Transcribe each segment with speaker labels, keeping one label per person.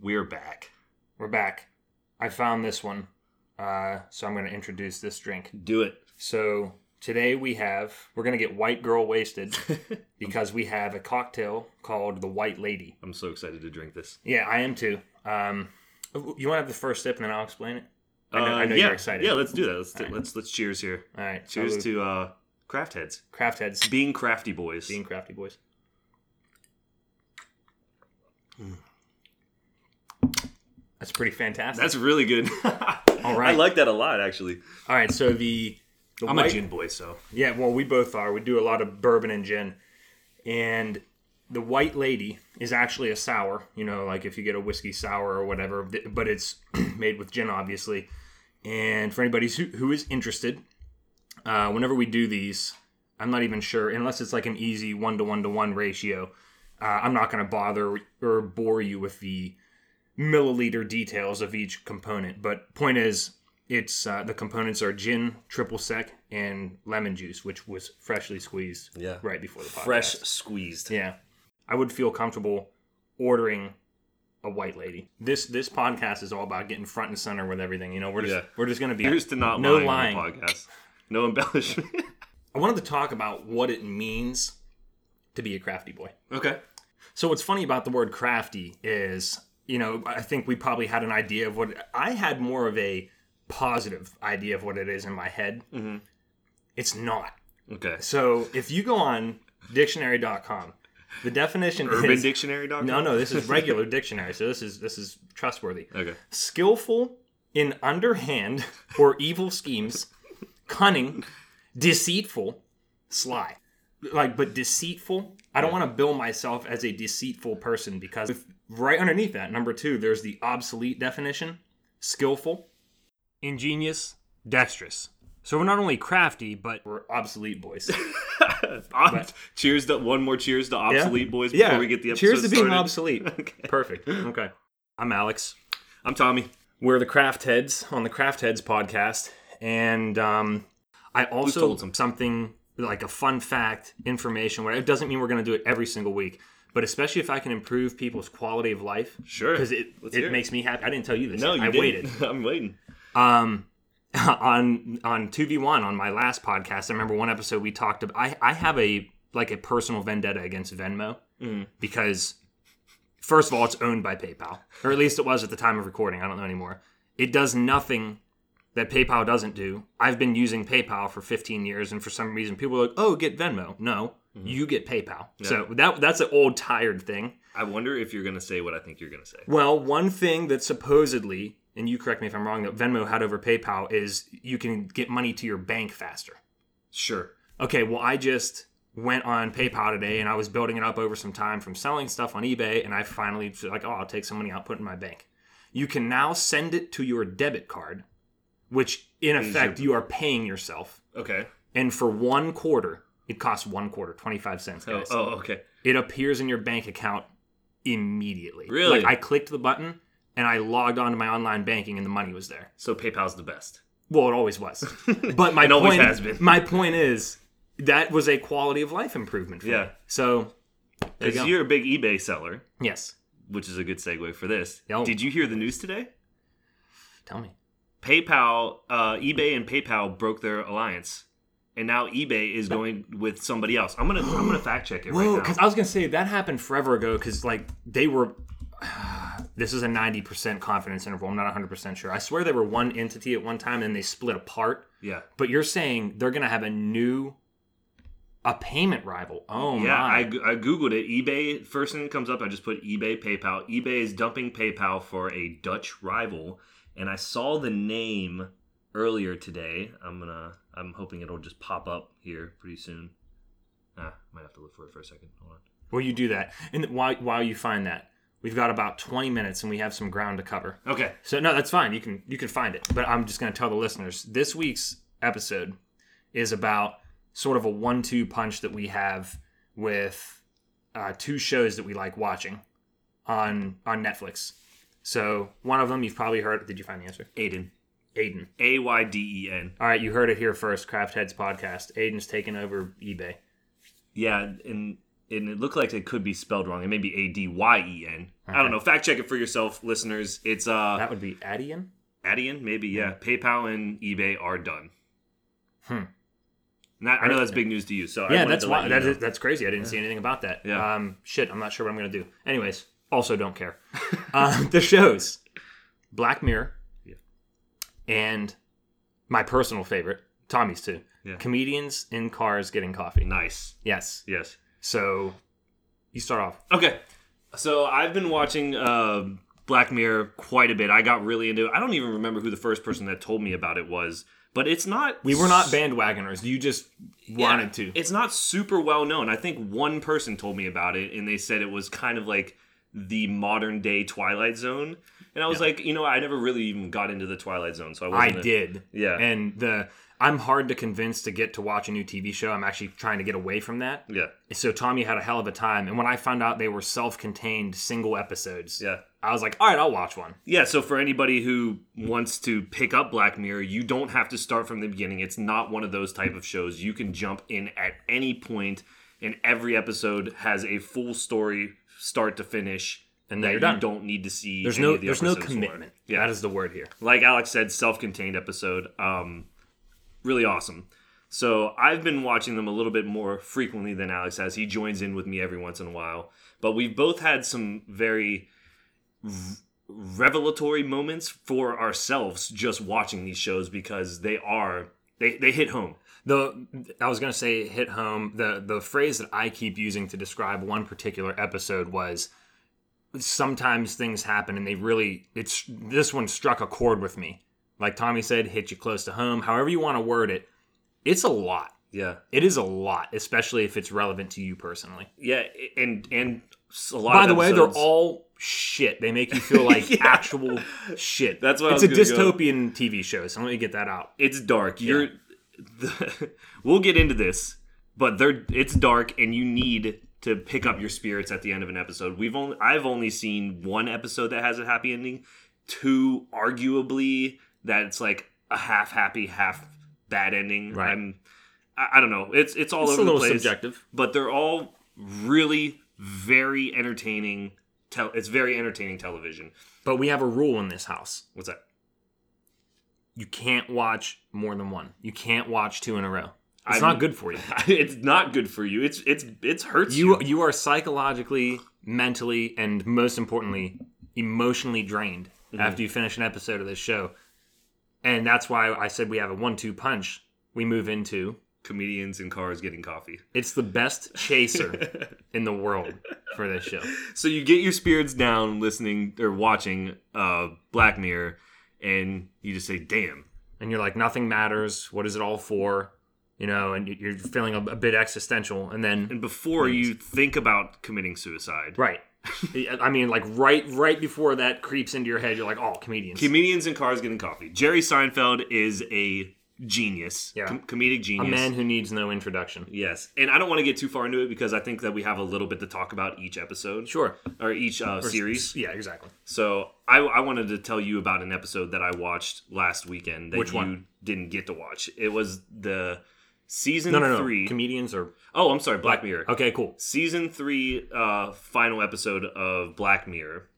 Speaker 1: We're back.
Speaker 2: We're back. I found this one, uh, so I'm going to introduce this drink.
Speaker 1: Do it.
Speaker 2: So today we have we're going to get white girl wasted because we have a cocktail called the White Lady.
Speaker 1: I'm so excited to drink this.
Speaker 2: Yeah, I am too. Um, you want to have the first sip and then I'll explain it. I know, I
Speaker 1: Uh,
Speaker 2: know
Speaker 1: yeah.
Speaker 2: you're excited.
Speaker 1: Yeah, let's do that. Let's do,
Speaker 2: Alright.
Speaker 1: let's let's cheers here.
Speaker 2: All right.
Speaker 1: Cheers
Speaker 2: salud.
Speaker 1: to uh, craft heads,
Speaker 2: craft heads,
Speaker 1: being crafty boys.
Speaker 2: being crafty boys.
Speaker 1: Mm.
Speaker 2: That's pretty fantastic.
Speaker 1: That's really good. All I
Speaker 2: right.
Speaker 1: like that a lot, actually.
Speaker 2: All right, so the, the
Speaker 1: I'm a
Speaker 2: white-
Speaker 1: gin boy, so
Speaker 2: Yeah, well, we both are. We do a lot of bourbon and gin. And the White Lady is actually a sour, you know, like if you get a whiskey sour or whatever, th- but it's made with gin, obviously. And for anybody who, who is interested, uh, whenever we do these, I'm not even sure, unless it's like an easy one to one to one ratio, uh, I'm not going to bother or bore you with the milliliter details of each component. But point is, it's uh, the components are gin, triple sec, and lemon juice, which was freshly squeezed
Speaker 1: Yeah.
Speaker 2: right before the podcast.
Speaker 1: fresh squeezed.
Speaker 2: Yeah. I would feel comfortable ordering a white lady. This this podcast is all about getting front and center with everything. You know, we're just
Speaker 1: Yeah.
Speaker 2: we're just gonna be
Speaker 1: Here's to not
Speaker 2: no
Speaker 1: lying,
Speaker 2: lying.
Speaker 1: on the podcast. No embellishment.
Speaker 2: I wanted to talk about what it means to be a crafty boy.
Speaker 1: okay.
Speaker 2: So what's funny about the word crafty is, you know, I think we probably had an idea of what I had more of a positive idea of what it is in my head.
Speaker 1: Mhm.
Speaker 2: It's not.
Speaker 1: Okay.
Speaker 2: So if you go on dictionary.com, the definition
Speaker 1: Urban
Speaker 2: is
Speaker 1: Dictionary dog.
Speaker 2: No, no, this is regular dictionary. So this is this is trustworthy.
Speaker 1: Okay.
Speaker 2: Skillful in underhand or evil schemes, cunning, deceitful, sly. Like but deceitful, I don't want to bill myself as a deceitful person because if- right underneath that, number 2, there's the obsolete definition, skillful, ingenious, dexterous. So we're not only crafty, but we're obsolete boys.
Speaker 1: Ob- cheers to one more cheers to obsolete boys before we get the episode
Speaker 2: Cheers to being
Speaker 1: started.
Speaker 2: obsolete. Perfect. Okay. I'm Alex.
Speaker 1: I'm Tommy.
Speaker 2: We're the Craft Heads on the Craft Heads podcast, and um, I also
Speaker 1: told some-
Speaker 2: something like a fun fact, information. Whatever. It doesn't mean we're going to do it every single week, but especially if I can improve people's quality of life,
Speaker 1: Sure.
Speaker 2: because it
Speaker 1: Let's hear
Speaker 2: it
Speaker 1: it.
Speaker 2: makes me happy. I didn't tell you this.
Speaker 1: No, you
Speaker 2: yet. I
Speaker 1: didn't.
Speaker 2: waited
Speaker 1: I'm waiting.
Speaker 2: um on on 2v1 on my last podcast i remember one episode we talked about i i have a like a personal vendetta against venmo because first of all it's owned by paypal or at least it was at the time of recording i don't know anymore it does nothing that paypal doesn't do i've been using paypal for 15 years and for some reason people are like oh get venmo no you get paypal so that that's an old tired thing
Speaker 1: I wonder if you're gonna say what I think you're gonna say.
Speaker 2: well, one thing that supposedly, and you correct me if I'm wrong, that Venmo had over PayPal is you can get money to your bank faster.
Speaker 1: Sure.
Speaker 2: Okay, well, I just went on PayPal today and I was building it up over some time from selling stuff on eBay, and I finally was like, oh, I'll take some money out, put it in my bank. You can now send it to your debit card, which in effect you are paying yourself.
Speaker 1: Okay.
Speaker 2: And for one quarter, it costs one quarter, 25 cents,
Speaker 1: Oh,
Speaker 2: guys
Speaker 1: oh, okay.
Speaker 2: it appears in your bank account immediately.
Speaker 1: Really?
Speaker 2: Like I clicked the button and I logged onto my online banking and the money was there.
Speaker 1: So PayPal's the best.
Speaker 2: Well, it always was. But my
Speaker 1: It always
Speaker 2: point,
Speaker 1: has been.
Speaker 2: My point is that was a quality of life improvement for
Speaker 1: Yeah.
Speaker 2: me. So there you go.
Speaker 1: Because you're a big eBay seller,
Speaker 2: yes.
Speaker 1: which is a good segue for this.
Speaker 2: Yo.
Speaker 1: Did you hear the news today?
Speaker 2: Tell me.
Speaker 1: PayPal, uh, eBay, and PayPal broke their alliance, and now eBay is going with somebody else. I'm gonna I'm gonna fact check it
Speaker 2: Whoa,
Speaker 1: right now.
Speaker 2: because I was gonna say that happened forever ago. Because like they were, this is a ninety percent confidence interval. I'm not one hundred percent sure. I swear they were one entity at one time, and they split apart.
Speaker 1: Yeah.
Speaker 2: But you're saying they're going to have a new a payment rival. Oh
Speaker 1: Yeah,
Speaker 2: my.
Speaker 1: I, go- I googled it. eBay first thing that comes up. I just put eBay PayPal. eBay is dumping PayPal for a Dutch rival, and I saw the name earlier today. I'm gonna. I'm hoping it'll just pop up here pretty soon. Ah, might have to look for it for a second. Hold on.
Speaker 2: Well, you do that. And while while you find that, we've got about 20 minutes and we have some ground to cover.
Speaker 1: Okay.
Speaker 2: So no, that's fine. You can you can find it. But I'm just going to tell the listeners this week's episode is about sort of a one-two punch that we have with uh, two shows that we like watching on on Netflix. So one of them you've probably heard. Did you find the answer?
Speaker 1: Aiden.
Speaker 2: Aiden.
Speaker 1: A Y D E N.
Speaker 2: All right, you heard it here first. Craft Heads podcast. Aiden's taking over eBay.
Speaker 1: Yeah, and and it looked like it could be spelled wrong. It may be A D Y E N. I
Speaker 2: Okay.
Speaker 1: don't know. Fact check it for yourself, listeners. It's uh
Speaker 2: That would be Adian.
Speaker 1: Adyen, maybe yeah. PayPal and eBay are done.
Speaker 2: Hmm.
Speaker 1: And that- I know that's big news to you. So I
Speaker 2: Yeah,
Speaker 1: wanted
Speaker 2: that's
Speaker 1: to let
Speaker 2: why
Speaker 1: you
Speaker 2: that
Speaker 1: know.
Speaker 2: is, that's crazy. I didn't see anything about that.
Speaker 1: Yeah.
Speaker 2: Um, shit, I'm not sure what I'm gonna do. Anyways, also don't care. um, the shows, Black Mirror,
Speaker 1: Yeah.
Speaker 2: and my personal favorite, Tommy's too.
Speaker 1: Yeah.
Speaker 2: Comedians in cars getting coffee.
Speaker 1: nice.
Speaker 2: Yes.
Speaker 1: Yes.
Speaker 2: So you start off.
Speaker 1: Okay. So I've been watching uh, Black Mirror quite a bit. I got really into it. I don't even remember who the first person that told me about it was, but it's not.
Speaker 2: We were not bandwagoners. You just wanted to.
Speaker 1: It's not super well known. I think one person told me about it, and they said it was kind of like the modern day Twilight Zone. And I was like, you know, I never really even got into the Twilight Zone, so I
Speaker 2: I
Speaker 1: wasn't. a-
Speaker 2: did.
Speaker 1: Yeah.
Speaker 2: And the I'm hard to convince to get to watch a new TV show. I'm actually trying to get away from that.
Speaker 1: Yeah,
Speaker 2: So Tommy had a hell of a time. And when I found out they were self-contained single episodes,
Speaker 1: yeah.
Speaker 2: I was like, all right, I'll watch one.
Speaker 1: Yeah, so for anybody who wants to pick up Black Mirror, you don't have to start from the beginning. It's not one of those type of shows. You can jump in at any point, and every episode has a full story, start to finish,
Speaker 2: And
Speaker 1: that
Speaker 2: then
Speaker 1: you
Speaker 2: you're done.
Speaker 1: don't need to see.
Speaker 2: There's
Speaker 1: any
Speaker 2: no
Speaker 1: of the
Speaker 2: there's no
Speaker 1: episodes for.
Speaker 2: commitment.
Speaker 1: Yeah.
Speaker 2: That is the word here.
Speaker 1: like Alex said, self-contained episode. Um, really awesome. So I've been watching them a little bit more frequently than Alex has. He joins in with me every once in a while, but we've both had some very v- revelatory moments for ourselves just watching these shows because they are they they hit home.
Speaker 2: The I was gonna say hit home. The the phrase that I keep using to describe one particular episode was sometimes things happen and they really it's this one struck a chord with me. Like Tommy said, hit you close to home. However you want to word it, it's a lot.
Speaker 1: Yeah,
Speaker 2: It is a lot, especially if it's relevant to you personally.
Speaker 1: yeah, a- and and s- a lot.
Speaker 2: By
Speaker 1: of
Speaker 2: the way, they're
Speaker 1: episodes-
Speaker 2: all shit. They make you feel like
Speaker 1: Yeah.
Speaker 2: actual shit.
Speaker 1: That's what I
Speaker 2: it's
Speaker 1: was
Speaker 2: a
Speaker 1: gonna go.
Speaker 2: dystopian TV show. So let me get that out.
Speaker 1: it's dark. You're the, we'll get into this, but they're it's dark and you need to pick up your spirits at the end of an episode. We've only I've only seen one episode that has a happy ending, two arguably that it's like a half happy, half bad ending.
Speaker 2: Right.
Speaker 1: I'm I, I don't know. It's it's all
Speaker 2: It's
Speaker 1: over
Speaker 2: a little
Speaker 1: the place
Speaker 2: subjective.
Speaker 1: but they're all really very entertaining. Tel- it's very entertaining television.
Speaker 2: But we have a rule in this house.
Speaker 1: What's that?
Speaker 2: You can't watch more than one. You can't watch two in a row. It's
Speaker 1: I'm-
Speaker 2: not good for you.
Speaker 1: it's not good for you. It's it's it's hurts you.
Speaker 2: You you are psychologically, mentally, and most importantly, emotionally drained
Speaker 1: Mm-hmm.
Speaker 2: after you finish an episode of this show. And that's why I said we have a one-two punch. We move into
Speaker 1: Comedians in cars getting coffee.
Speaker 2: it's the best chaser in the world for this show.
Speaker 1: So you get your spirits down listening or watching uh, Black Mirror, and you just say, "Damn,
Speaker 2: and you're like nothing matters what is it all for you know and you- you're feeling a, a bit existential and then
Speaker 1: And before you think about committing suicide,
Speaker 2: right i mean like right right before that creeps into your head you're like oh comedians
Speaker 1: comedians in cars getting coffee. Jerry Seinfeld is a genius,
Speaker 2: Yeah.
Speaker 1: com- comedic
Speaker 2: a
Speaker 1: genius.
Speaker 2: man who needs no introduction
Speaker 1: Yes, and I don't want to get too far into it because I think that we have a little bit to talk about each episode
Speaker 2: sure
Speaker 1: or each uh, series.
Speaker 2: yeah exactly
Speaker 1: So I, I wanted to tell you about an episode that I watched last weekend that
Speaker 2: Which
Speaker 1: you
Speaker 2: one?
Speaker 1: didn't get to watch. It was the season
Speaker 2: no no no
Speaker 1: three.
Speaker 2: comedians are
Speaker 1: oh, I'm sorry, Black Mirror.
Speaker 2: okay cool
Speaker 1: season three uh final episode of black mirror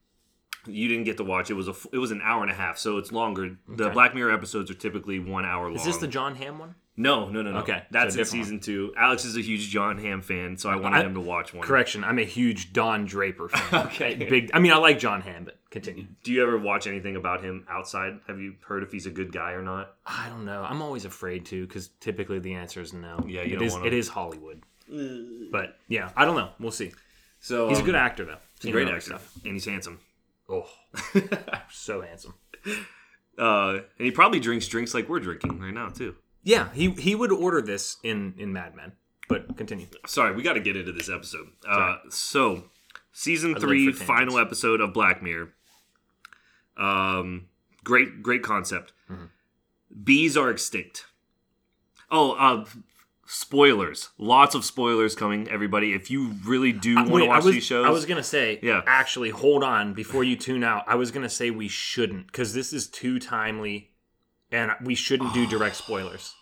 Speaker 1: you didn't get to watch it was a f- it was an hour and a half so it's longer the
Speaker 2: Okay.
Speaker 1: black mirror episodes are typically one hour long
Speaker 2: is this the john ham one
Speaker 1: no no no no
Speaker 2: Okay,
Speaker 1: that's
Speaker 2: so a
Speaker 1: in
Speaker 2: different
Speaker 1: season two alex is a huge john ham fan so i wanted
Speaker 2: I-
Speaker 1: him to watch one
Speaker 2: correction i'm a huge don draper fan
Speaker 1: Okay.
Speaker 2: big i mean i like john ham but continue
Speaker 1: do you ever watch anything about him outside have you heard if he's a good guy or not
Speaker 2: i don't know i'm always afraid to because typically the answer is no
Speaker 1: Yeah, you
Speaker 2: It
Speaker 1: don't
Speaker 2: is-
Speaker 1: wanna-
Speaker 2: it is hollywood but yeah i don't know we'll see
Speaker 1: so
Speaker 2: He's a good actor though. He's
Speaker 1: Um, great actor and he's handsome
Speaker 2: Oh, so handsome.
Speaker 1: uh and he probably drinks drinks like we're drinking right now too
Speaker 2: Yeah, he he would order this in in Mad Men. But continue.
Speaker 1: sorry, we got to get into this episode. Uh, so, season
Speaker 2: live
Speaker 1: three,
Speaker 2: for tangents.
Speaker 1: final episode of Black Mirror. Um, great, great concept.
Speaker 2: Mm-hmm.
Speaker 1: Bees are extinct. Oh, uh, spoilers! Lots of spoilers coming, everybody. If you really do want
Speaker 2: Uh, Wait,
Speaker 1: to watch
Speaker 2: I was,
Speaker 1: these shows,
Speaker 2: I was gonna say.
Speaker 1: Yeah.
Speaker 2: Actually, hold on before you tune out. I was gonna say we shouldn't because this is too timely, and we shouldn't do direct spoilers.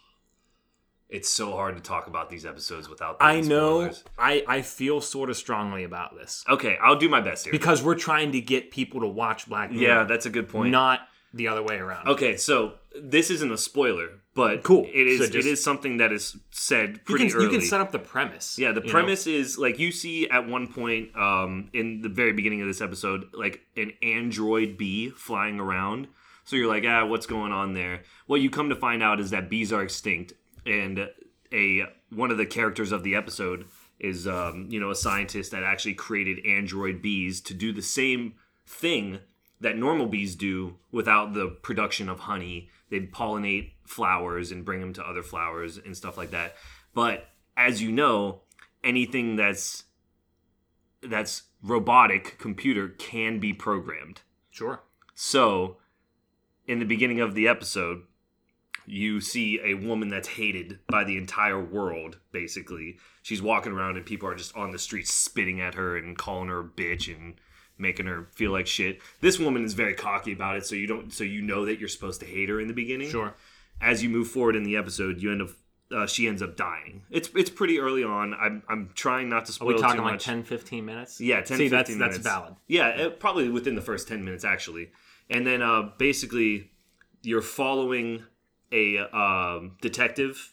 Speaker 1: It's so hard to talk about these episodes without.
Speaker 2: I
Speaker 1: throwing
Speaker 2: know.
Speaker 1: spoilers.
Speaker 2: I, I feel sort of strongly about this
Speaker 1: Okay, I'll do my best here.
Speaker 2: because we're trying to get people to watch Black Mirror,
Speaker 1: yeah, that's a good point.
Speaker 2: not the other way around.
Speaker 1: Okay, so this isn't a spoiler, but
Speaker 2: Cool.
Speaker 1: It is.
Speaker 2: So just-
Speaker 1: it is something that is said
Speaker 2: you,
Speaker 1: pretty
Speaker 2: can,
Speaker 1: early.
Speaker 2: you can set up the premise.
Speaker 1: yeah, the
Speaker 2: you know?
Speaker 1: premise is like you see at one point um, in the very beginning of this episode, like an android bee flying around. So you're like, ah, what's going on there? What you come to find out is that bees are extinct, and a one of the characters of the episode is um, you know a scientist that actually created android bees to do the same thing that normal bees do without the production of honey. They pollinate flowers and bring them to other flowers and stuff like that. But as you know, anything that's that's robotic computer can be programmed.
Speaker 2: Sure.
Speaker 1: So, in the beginning of the episode, you see a woman that's hated by the entire world, basically. She's walking around and people are just on the streets spitting at her and calling her a bitch and making her feel like shit. This woman is very cocky about it, so you don't so you know that you're supposed to hate her in the beginning.
Speaker 2: Sure.
Speaker 1: As you move forward in the episode, you end up uh, she ends up dying. It's it's pretty early on. I'm I'm trying not to
Speaker 2: Are
Speaker 1: spoil
Speaker 2: we talking
Speaker 1: too
Speaker 2: like
Speaker 1: much.
Speaker 2: 10, 15 minutes?
Speaker 1: Yeah, 10,
Speaker 2: See,
Speaker 1: 15
Speaker 2: that's,
Speaker 1: minutes.
Speaker 2: that's valid.
Speaker 1: Yeah, it- probably within the first 10 minutes, actually. And then uh, basically, you're following a um detective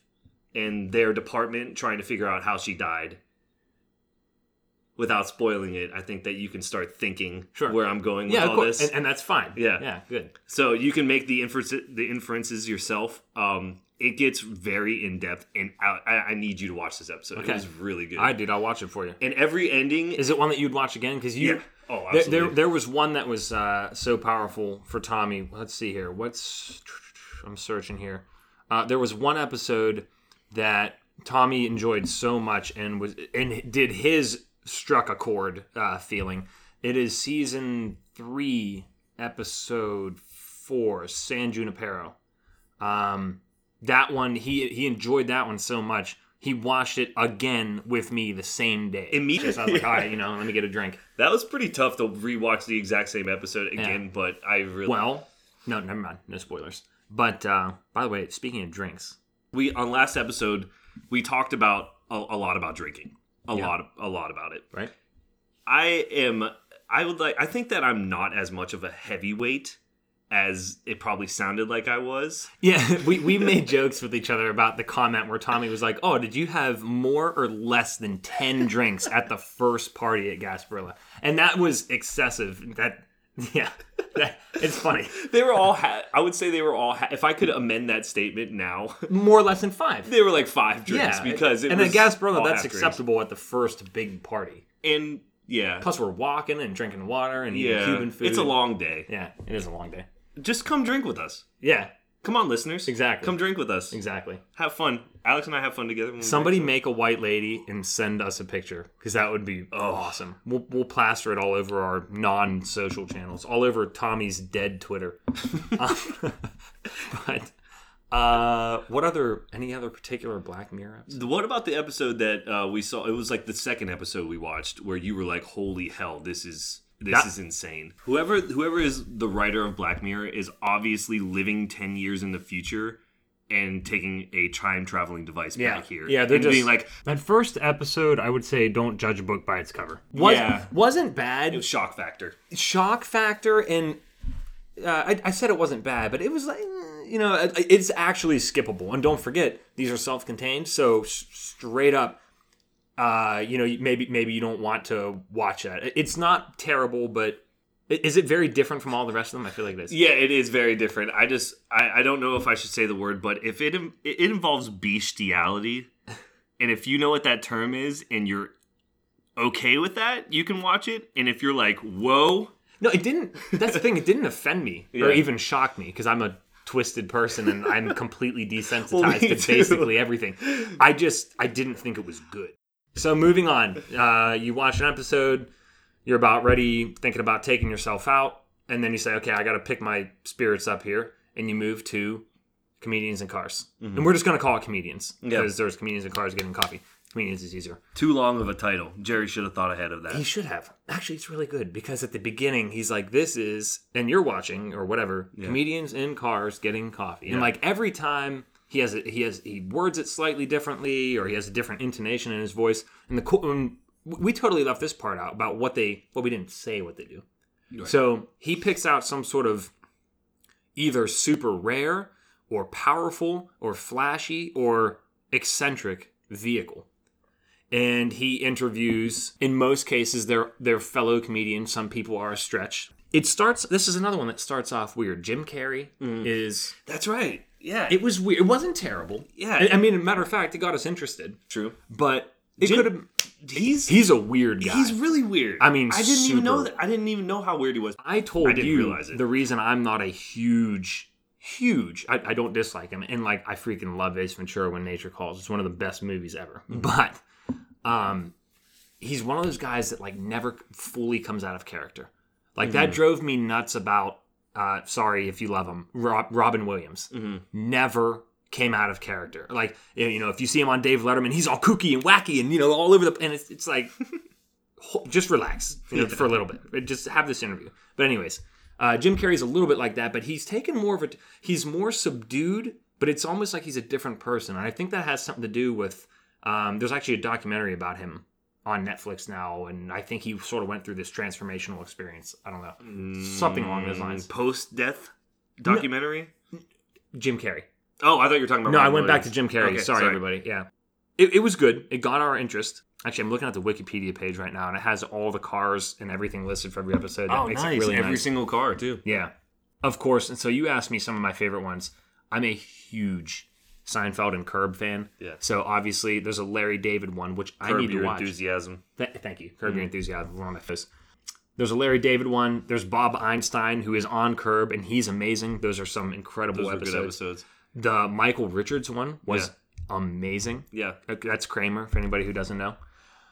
Speaker 1: in their department trying to figure out how she died. Without spoiling it, I think that you can start thinking
Speaker 2: Sure.
Speaker 1: where I'm going with
Speaker 2: Yeah, of
Speaker 1: all
Speaker 2: course.
Speaker 1: this.
Speaker 2: And, and that's fine.
Speaker 1: Yeah.
Speaker 2: Yeah, good.
Speaker 1: So you can make the inference the inferences yourself. Um, it gets very in depth, and I, I I need you to watch this episode.
Speaker 2: Okay.
Speaker 1: It was really good.
Speaker 2: I did. I'll watch it for you.
Speaker 1: and every ending
Speaker 2: Is it one that you'd watch again? Because you,
Speaker 1: yeah. Oh,
Speaker 2: there,
Speaker 1: absolutely.
Speaker 2: there, there was one that was uh, so powerful for Tommy. Let's see here. What's I'm searching here. Uh, there was one episode that Tommy enjoyed so much and was and did his struck a chord uh, feeling. It is season three, episode four, San Junipero. Um, that one he he enjoyed that one so much. He watched it again with me the same day.
Speaker 1: Immediately.
Speaker 2: So I was like, all right, you know, let me get a drink.
Speaker 1: That was pretty tough to rewatch the exact same episode again, but I really
Speaker 2: Well, no, never mind. No spoilers. But uh, by the way, speaking of drinks,
Speaker 1: we on last episode we talked about a, a lot about drinking, a lot, a lot about it.
Speaker 2: right?
Speaker 1: I am. I would like. I think that I'm not as much of a heavyweight as it probably sounded like I was.
Speaker 2: Yeah, we, we made jokes with each other about the comment where Tommy was like, "Oh, did you have more or less than ten drinks at the first party at Gasparilla?" And that was excessive. That yeah, that, it's funny.
Speaker 1: They were all. Ha- I would say they were all. Ha- if I could amend that statement now,
Speaker 2: More or less than five.
Speaker 1: they were like five drinks
Speaker 2: yeah,
Speaker 1: because it
Speaker 2: and
Speaker 1: was
Speaker 2: at Gasparilla,
Speaker 1: all
Speaker 2: that's
Speaker 1: half drinks.
Speaker 2: acceptable at the first big party.
Speaker 1: And yeah,
Speaker 2: Plus, we're walking and drinking water and eating
Speaker 1: yeah,
Speaker 2: Cuban food.
Speaker 1: it's a long day.
Speaker 2: Yeah, it is a long day.
Speaker 1: Just come drink with us.
Speaker 2: Yeah,
Speaker 1: Come on, listeners.
Speaker 2: Exactly.
Speaker 1: Come drink with us.
Speaker 2: exactly.
Speaker 1: have fun. Alex and I have fun together. When we
Speaker 2: Somebody make a white lady and send us a picture because that would be awesome. We'll, we'll plaster it all over our non social channels, all over Tommy's dead Twitter. Um, but uh, what other, any other particular Black Mirror episode?
Speaker 1: drink. What about the episode that uh, we saw? It was like the second episode we watched where you were like, "Holy hell, this is this
Speaker 2: That-
Speaker 1: is insane." Whoever whoever is the writer of Black Mirror is obviously living ten years in the future and taking a time traveling device
Speaker 2: Yeah.
Speaker 1: back here.
Speaker 2: Yeah, they're
Speaker 1: and
Speaker 2: just-
Speaker 1: being like
Speaker 2: That first episode, I would say don't judge a book by its cover. Was,
Speaker 1: Yeah.
Speaker 2: Wasn't bad.
Speaker 1: shock factor.
Speaker 2: shock factor and uh, I, I said it wasn't bad, but it was like mm, you know it- it's actually skippable. And don't forget these are self-contained, so s- straight up, uh, you know maybe maybe you don't want to watch that. It- It's not terrible, but i- is it very different from all the rest of them? I feel like it is.
Speaker 1: Yeah, it is very different. I just I, I don't know if I should say the word, but if it im- it it involves bestiality, and if you know what that term is, and you're okay with that, you can watch it. And if you're like, whoa,
Speaker 2: No, it didn't. That's the thing. It didn't offend me or
Speaker 1: Yeah.
Speaker 2: even shock me because I'm a twisted person and I'm completely desensitized
Speaker 1: me
Speaker 2: to
Speaker 1: too.
Speaker 2: basically everything. I just I didn't think it was good. So moving on, uh, you watch an episode, you're about ready, thinking about taking yourself out, and then you say, "Okay, I got to pick my spirits up here," and you move to comedians and cars, and we're just gonna call it comedians
Speaker 1: Mm-hmm. Yeah.
Speaker 2: because there's comedians and cars getting coffee. Comedians is easier.
Speaker 1: too long of a title. Jerry should have thought ahead of
Speaker 2: He
Speaker 1: that.
Speaker 2: should have. Actually, it's really good because at the beginning he's like, "This is," and you're watching or whatever. Comedians in cars getting coffee, and like every time he has a, he has he words it slightly differently or he has a different intonation in his voice and the cool and we totally left this part out about what they well we didn't say what they do
Speaker 1: Right.
Speaker 2: so he picks out some sort of either super rare or powerful or flashy or eccentric vehicle and he interviews in most cases their their fellow comedians some people are a stretch it starts this is another one that starts off weird jim carrey is
Speaker 1: That's right. Yeah.
Speaker 2: it was weird. It wasn't terrible.
Speaker 1: Yeah.
Speaker 2: I, I mean, a matter of fact, it got us interested.
Speaker 1: true.
Speaker 2: But it
Speaker 1: Jim-
Speaker 2: could have.
Speaker 1: He's
Speaker 2: He's a weird guy.
Speaker 1: he's really weird.
Speaker 2: I mean,
Speaker 1: I didn't even know
Speaker 2: super.
Speaker 1: that. I didn't even know how weird he was.
Speaker 2: I told
Speaker 1: I didn't
Speaker 2: you
Speaker 1: realize it.
Speaker 2: the reason I'm not a huge, huge. I, I don't dislike him, and like I freaking love Ace Ventura: When Nature Calls. It's one of the best movies ever.
Speaker 1: Mm-hmm.
Speaker 2: But, um, he's one of those guys that like never fully comes out of character. Like that
Speaker 1: Mm-hmm.
Speaker 2: drove me nuts about. Uh, sorry if you love him, Rob, Robin Williams.
Speaker 1: Mm-hmm.
Speaker 2: Never came out of character. Like you know, if you see him on Dave Letterman, he's all kooky and wacky and you know all over the. And it's, it's like ho- just relax you know, for a little bit. Just have this interview. But anyways, uh, Jim Carrey's a little bit like that, but he's taken more of a he's more subdued, but it's almost like he's a different person. And I think that has something to do with um, there's actually a documentary about him on Netflix now, and I think he sort of went through this transformational experience. I don't know something along those lines.
Speaker 1: Post death documentary.
Speaker 2: Jim Carrey.
Speaker 1: Oh, I thought you were talking about.
Speaker 2: No, I
Speaker 1: Robin
Speaker 2: went back to
Speaker 1: Williams.
Speaker 2: Jim Carrey.
Speaker 1: Okay,
Speaker 2: sorry, everybody. Yeah, it, it was good. It got our interest. Actually, I'm looking at the Wikipedia page right now, and it has all the cars and everything listed for every episode. That
Speaker 1: Oh,
Speaker 2: makes
Speaker 1: nice.
Speaker 2: It really
Speaker 1: Every
Speaker 2: nice.
Speaker 1: single car too.
Speaker 2: Yeah, of course. And so you asked me some of my favorite ones. I'm a huge Seinfeld and Curb fan.
Speaker 1: Yeah.
Speaker 2: So obviously, there's a Larry David one, which I
Speaker 1: Curb
Speaker 2: need to
Speaker 1: your Mm.
Speaker 2: watch.
Speaker 1: enthusiasm.
Speaker 2: Th- thank you, Curb Your Enthusiasm. One of those. There's a Larry David one. There's Bob Einstein who is on Curb, and he's amazing. Those are some incredible
Speaker 1: Those were
Speaker 2: episodes.
Speaker 1: good episodes.
Speaker 2: The Michael Richards one was amazing.
Speaker 1: Yeah.
Speaker 2: Uh, That's Kramer for anybody who doesn't know.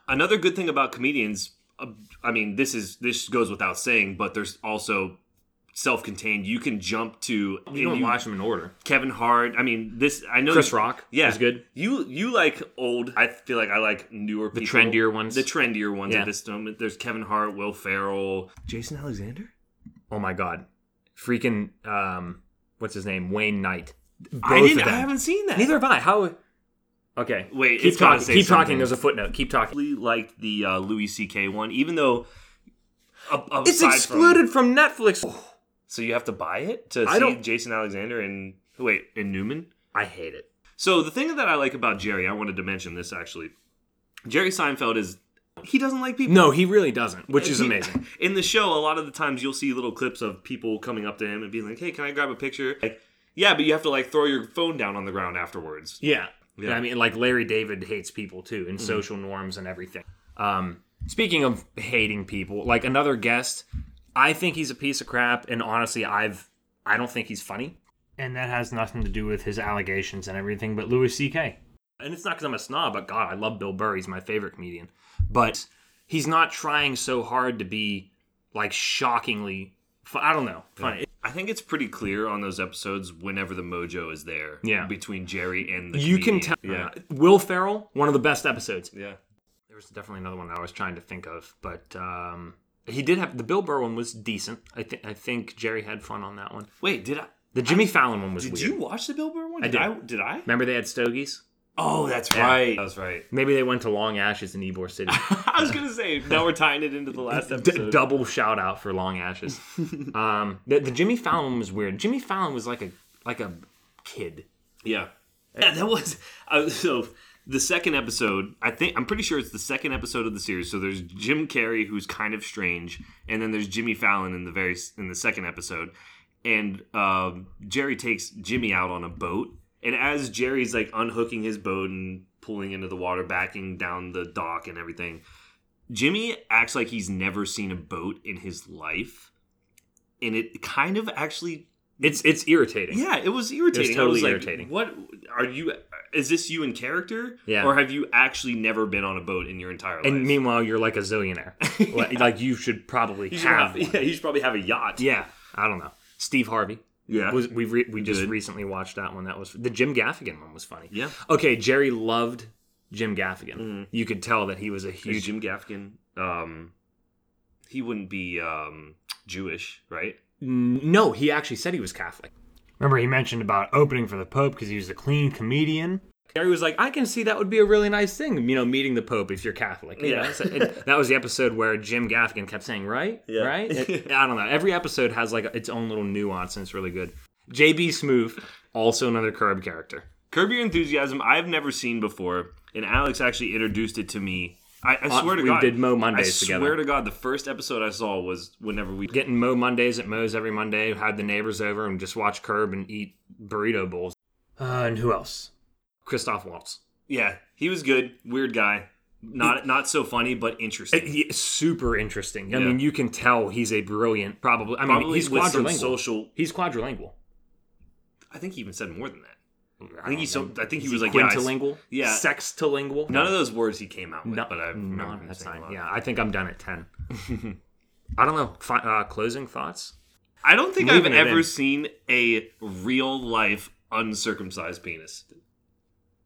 Speaker 1: Another good thing about comedians, uh, I mean, this is this goes without saying, but there's also self-contained. You can jump to
Speaker 2: You don't watch them in order.
Speaker 1: Kevin Hart. I mean, this I know
Speaker 2: Chris Rock
Speaker 1: Yeah,
Speaker 2: was good.
Speaker 1: You you like old? I feel like I like newer, the
Speaker 2: trendier ones.
Speaker 1: the trendier ones
Speaker 2: Yeah.
Speaker 1: at this moment. There's Kevin Hart, Will Ferrell, Jason Alexander.
Speaker 2: Oh my god, freaking um, what's his name? Wayne Knight. Both
Speaker 1: I didn't.
Speaker 2: of
Speaker 1: I
Speaker 2: them.
Speaker 1: haven't seen that.
Speaker 2: Neither have I. How? Okay.
Speaker 1: Wait,
Speaker 2: Keep
Speaker 1: it's gotta
Speaker 2: talking.
Speaker 1: say
Speaker 2: Keep
Speaker 1: something.
Speaker 2: talking. There's a footnote. Keep talking.
Speaker 1: really liked the uh, Louis C.K. one, even though a- a-
Speaker 2: It's
Speaker 1: aside From,
Speaker 2: excluded from, Netflix.
Speaker 1: so you have to buy it to
Speaker 2: I
Speaker 1: see
Speaker 2: don't-
Speaker 1: Jason Alexander and wait and Newman.
Speaker 2: I hate it.
Speaker 1: So the thing that I like about Jerry, I wanted to mention this actually. Jerry Seinfeld is he doesn't like people.
Speaker 2: No, he really doesn't, which is
Speaker 1: He-
Speaker 2: amazing.
Speaker 1: In the show, a lot of the times you'll see little clips of people coming up to him and being like, "Hey, can I grab a picture?" Like, yeah, but you have to like throw your phone down on the ground afterwards.
Speaker 2: Yeah. Mm-hmm.
Speaker 1: Yeah.
Speaker 2: I mean, like Larry David hates people too, and social norms and everything. Um, speaking of hating people, like another guest, I think he's a piece of crap, and honestly, I've I don't think he's funny. And that has nothing to do with his allegations and everything, but Louis C.K. And it's not because I'm a snob, but God, I love Bill Burr. He's my favorite comedian. But he's not trying so hard to be like shockingly. fu- I don't know. Funny.
Speaker 1: I think it's pretty clear on those episodes whenever the mojo is there.
Speaker 2: Yeah.
Speaker 1: between Jerry and the
Speaker 2: You
Speaker 1: comedian.
Speaker 2: can tell.
Speaker 1: Yeah,
Speaker 2: Will Ferrell, one of the best episodes.
Speaker 1: yeah.
Speaker 2: There was definitely another one I was trying to think of, but um, he did have the Bill Burr one was decent. I think I think Jerry had fun on that one.
Speaker 1: Wait, did I?
Speaker 2: The Jimmy Fallon one was
Speaker 1: Did
Speaker 2: weird.
Speaker 1: you watch the Bill Burr one?
Speaker 2: I did.
Speaker 1: Did I?
Speaker 2: Remember they had stogies?
Speaker 1: Oh, that's right. That's right.
Speaker 2: Maybe they went to Long Ashes in Ybor City.
Speaker 1: I was gonna say. Now we're tying it into the last
Speaker 2: D-
Speaker 1: episode.
Speaker 2: double shout out for Long Ashes. um, the, the Jimmy Fallon one was weird. Jimmy Fallon was like a like a kid.
Speaker 1: Yeah. Yeah, that was uh, so. The second episode, I think I'm pretty sure it's the second episode of the series. So there's Jim Carrey, who's kind of strange, and then there's Jimmy Fallon in the very in the second episode, and um, Jerry takes Jimmy out on a boat, and as Jerry's like unhooking his boat and pulling into the water, backing down the dock and everything, Jimmy acts like he's never seen a boat in his life, and it kind of actually
Speaker 2: It's it's irritating.
Speaker 1: yeah, it was irritating.
Speaker 2: It was
Speaker 1: I
Speaker 2: totally
Speaker 1: was like,
Speaker 2: irritating.
Speaker 1: What are you? Is this you in character?
Speaker 2: Yeah.
Speaker 1: Or have you actually never been on a boat in your entire life?
Speaker 2: And meanwhile, you're like a zillionaire. like, like you should probably
Speaker 1: you should
Speaker 2: have.
Speaker 1: have-
Speaker 2: one.
Speaker 1: yeah, you should probably have a yacht.
Speaker 2: Yeah, I don't know. Steve Harvey.
Speaker 1: Yeah.
Speaker 2: was we re- we just
Speaker 1: Good.
Speaker 2: recently watched that one. That was the Jim Gaffigan one was funny.
Speaker 1: Yeah.
Speaker 2: Okay, Jerry loved Jim Gaffigan. You could tell that he was a
Speaker 1: Is
Speaker 2: huge.
Speaker 1: Jim Gaffigan. Um, he wouldn't be um Jewish, right?
Speaker 2: no, he actually said he was Catholic.
Speaker 3: Remember, he mentioned about opening for the Pope because he was a clean comedian.
Speaker 2: Gary was like, I can see that would be a really nice thing, you know, meeting the Pope if you're Catholic. You
Speaker 1: Yeah.
Speaker 2: know, so it- that was the episode where Jim Gaffigan kept saying, right?
Speaker 1: Yeah.
Speaker 2: Right? It- I don't know. Every episode has like its own little nuance and it's really good. JB Smooth, also another curb character.
Speaker 1: Curb Your Enthusiasm, I've never seen before, and Alex actually introduced it to me. I, I
Speaker 2: Uh,
Speaker 1: swear to
Speaker 2: we
Speaker 1: God,
Speaker 2: did Mo
Speaker 1: I
Speaker 2: Mondays
Speaker 1: swear
Speaker 2: together.
Speaker 1: to God, the first episode I saw was whenever we
Speaker 2: Getting Mo Mondays at Mo's every Monday, had the neighbors over and just watch Curb and eat burrito bowls.
Speaker 3: Uh, and who else?
Speaker 2: Christoph Waltz.
Speaker 1: Yeah, he was good. Weird guy. Not not so funny, but interesting.
Speaker 2: Yeah, Uh, super interesting. I
Speaker 1: Yeah.
Speaker 2: mean, you can tell he's a brilliant, probably. I mean,
Speaker 1: Probably
Speaker 2: he's
Speaker 1: with some
Speaker 2: quadrilingual.
Speaker 1: social.
Speaker 2: he's quadrilingual.
Speaker 1: I think he even said more than that.
Speaker 2: I,
Speaker 1: I think
Speaker 2: don't
Speaker 1: he's so.
Speaker 2: know.
Speaker 1: I think he
Speaker 2: Is
Speaker 1: was like yeah, I s-
Speaker 2: quintilingual,
Speaker 1: yeah.
Speaker 2: sextilingual.
Speaker 1: None of those words he came out with,
Speaker 2: no,
Speaker 1: but I remember
Speaker 2: no,
Speaker 1: him
Speaker 2: that's
Speaker 1: saying a
Speaker 2: fine.
Speaker 1: lot.
Speaker 2: Yeah, I think I'm done at ten. I don't know. Fi- uh, closing thoughts.
Speaker 1: I don't think
Speaker 2: Leaving
Speaker 1: I've
Speaker 2: it
Speaker 1: ever
Speaker 2: in.
Speaker 1: seen a real life uncircumcised penis.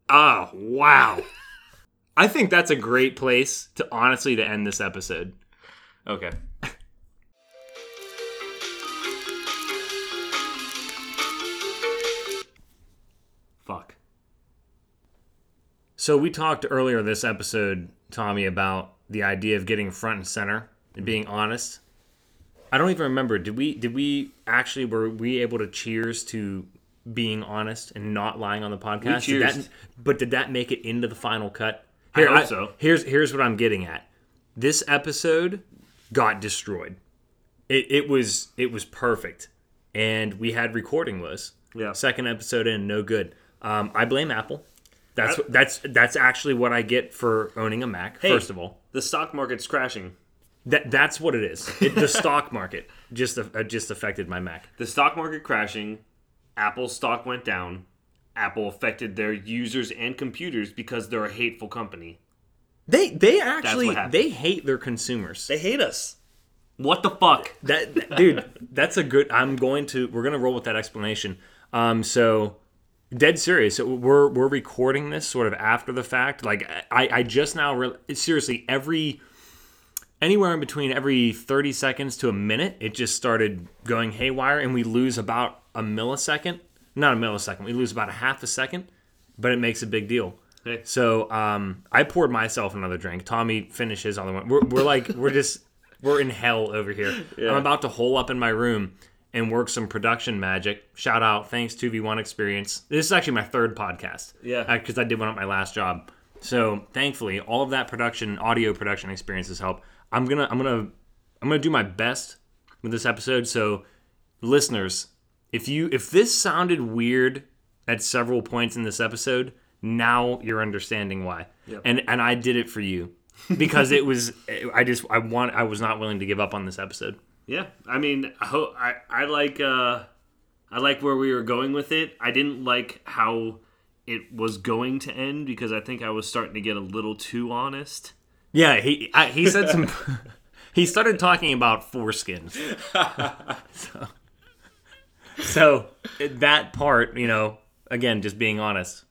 Speaker 2: Oh wow, I think that's a great place to honestly to end this episode.
Speaker 1: Okay. Fuck.
Speaker 2: So we talked earlier this episode, Tommy, about the idea of getting front and center and being honest. I don't even remember. Did we? Did we actually? Were we able to cheers to being honest and not lying on the podcast? Did that-
Speaker 1: cheersed.
Speaker 2: but did that make it into the final cut?
Speaker 1: I hope so.
Speaker 2: Here's here's what I'm getting at. This episode got destroyed. It it was it was perfect, and we had recording was
Speaker 1: Yeah.
Speaker 2: Second episode in, no good. Um, I blame Apple. That's that's that's actually what I get for owning a Mac. First of all,
Speaker 1: The stock market's crashing.
Speaker 2: that that's what it is. It, the stock market just uh, just affected my Mac.
Speaker 1: the stock market crashing, Apple's stock went down. Apple affected their users and computers because they're a hateful company.
Speaker 2: They they actually
Speaker 1: happened.
Speaker 2: they hate their consumers.
Speaker 1: They hate us. What the fuck?
Speaker 2: That, that- dude, that's a good. I'm going to we're gonna roll with that explanation. Um, so dead serious. So we're we're recording this sort of after the fact. Like I I just now re- seriously every anywhere in between every 30 seconds to a minute it just started going haywire and we lose about a millisecond not a millisecond we lose about a half a second but it makes a big deal
Speaker 1: Hey.
Speaker 2: so um, i poured myself another drink tommy finishes on the one we're, we're like we're just we're in hell over here i'm about to hole up in my room and work some production magic shout out thanks 2v1 experience this is actually my third podcast
Speaker 1: Yeah.
Speaker 2: because Uh, I did one at my last job. So thankfully, all of that production, audio production experiences help. I'm gonna, I'm gonna, I'm gonna do my best with this episode. So, listeners, if you, if this sounded weird at several points in this episode, now you're understanding why. And and I did it for you because it was, I just, I want, I was not willing to give up on this episode.
Speaker 1: Yeah, I mean, I ho- I, I like uh, I like where we were going with it. I didn't like how it was going to end because I think I was starting to get a little too honest.
Speaker 2: Yeah, he I, he said some. he started talking about foreskins. so, so that part, you know, again, just being honest.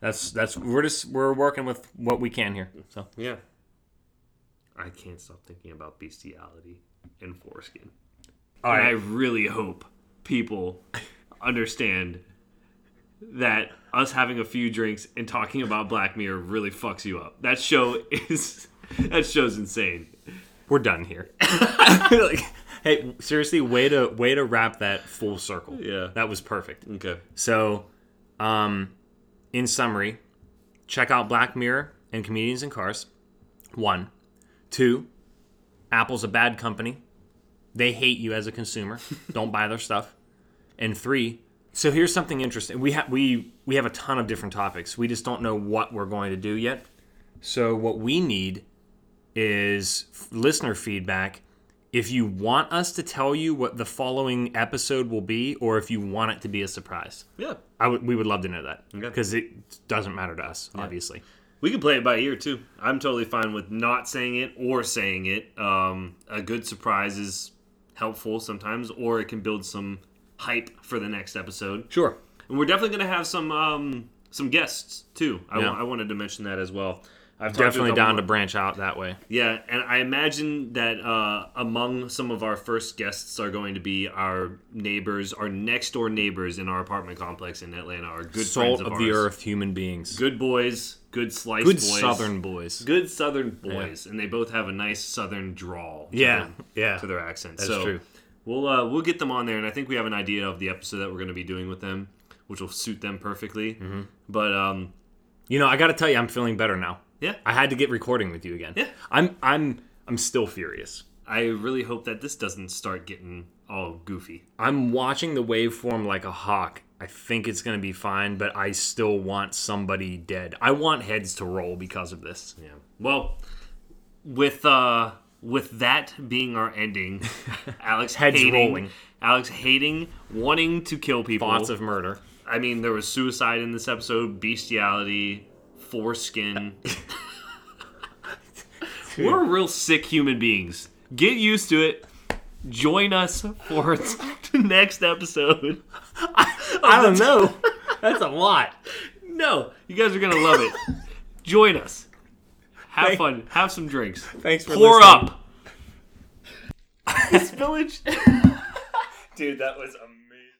Speaker 2: That's that's we're just we're working with what we can here. So
Speaker 1: Yeah. I can't stop thinking about bestiality and foreskin.
Speaker 2: all
Speaker 1: And I really hope people understand that us having a few drinks and talking about Black Mirror really fucks you up. That show is that show's insane.
Speaker 2: we're done here. Like, hey, seriously, way to way to wrap that full circle.
Speaker 1: Yeah.
Speaker 2: that was perfect.
Speaker 1: Okay.
Speaker 2: So, um, in summary, check out Black Mirror and Comedians in Cars. One. Two, Apple's a bad company. They hate you as a consumer. Don't buy their stuff. And three, so here's something interesting. We have we we have a ton of different topics. We just don't know what we're going to do yet. So what we need is f- listener feedback. If you want us to tell you what the following episode will be, or if you want it to be a surprise,
Speaker 1: Yeah.
Speaker 2: I would we would love to know that
Speaker 1: Okay.
Speaker 2: because it doesn't matter to us, obviously.
Speaker 1: We can play it by ear too. I'm totally fine with not saying it or saying it. Um, a good surprise is helpful sometimes, or it can build some hype for the next episode.
Speaker 2: Sure.
Speaker 1: And we're definitely going to have some um, some guests too. I,
Speaker 2: Yeah.
Speaker 1: wa- I wanted to mention that as well. I've talked to a
Speaker 2: Definitely
Speaker 1: couple
Speaker 2: down to branch out that way.
Speaker 1: Yeah, and I imagine that uh, among some of our first guests are going to be our neighbors, our next door neighbors in our apartment complex in Atlanta, our good friends
Speaker 2: Salt
Speaker 1: of,
Speaker 2: of,
Speaker 1: ours.
Speaker 2: the earth human beings. Good,
Speaker 1: good boys, good slice boys,
Speaker 2: southern boys.
Speaker 1: good southern boys, and they both have a nice southern drawl. to
Speaker 2: Yeah,
Speaker 1: them-
Speaker 2: yeah.
Speaker 1: to their accents.
Speaker 2: That's
Speaker 1: so
Speaker 2: true.
Speaker 1: We'll uh, we'll get them on there, and I think we have an idea of the episode that we're going to be doing with them, which will suit them perfectly.
Speaker 2: Mm-hmm.
Speaker 1: But um,
Speaker 2: You know, I got to tell you, I'm feeling better now.
Speaker 1: yeah,
Speaker 2: I had to get recording with you again.
Speaker 1: Yeah.
Speaker 2: I'm I'm I'm still furious.
Speaker 1: I really hope that this doesn't start getting all goofy.
Speaker 2: I'm watching the waveform like a hawk. I think it's going to be fine, but I still want somebody dead. I want heads to roll because of this.
Speaker 1: Yeah. Well, with uh with that being our ending, Alex
Speaker 2: Heads
Speaker 1: hating,
Speaker 2: rolling.
Speaker 1: Alex hating, wanting to kill people.
Speaker 2: Thoughts of murder.
Speaker 1: I mean, there was suicide in this episode, bestiality, foreskin. We're real sick human beings. Get used to it. Join us for the next episode. Oh,
Speaker 2: I don't know. That's a lot.
Speaker 1: No, you guys are gonna love it. Join us. Have fun. Have some drinks.
Speaker 2: Thanks for
Speaker 1: Pour
Speaker 2: listening.
Speaker 1: up. Spillage.
Speaker 4: Dude, that was amazing.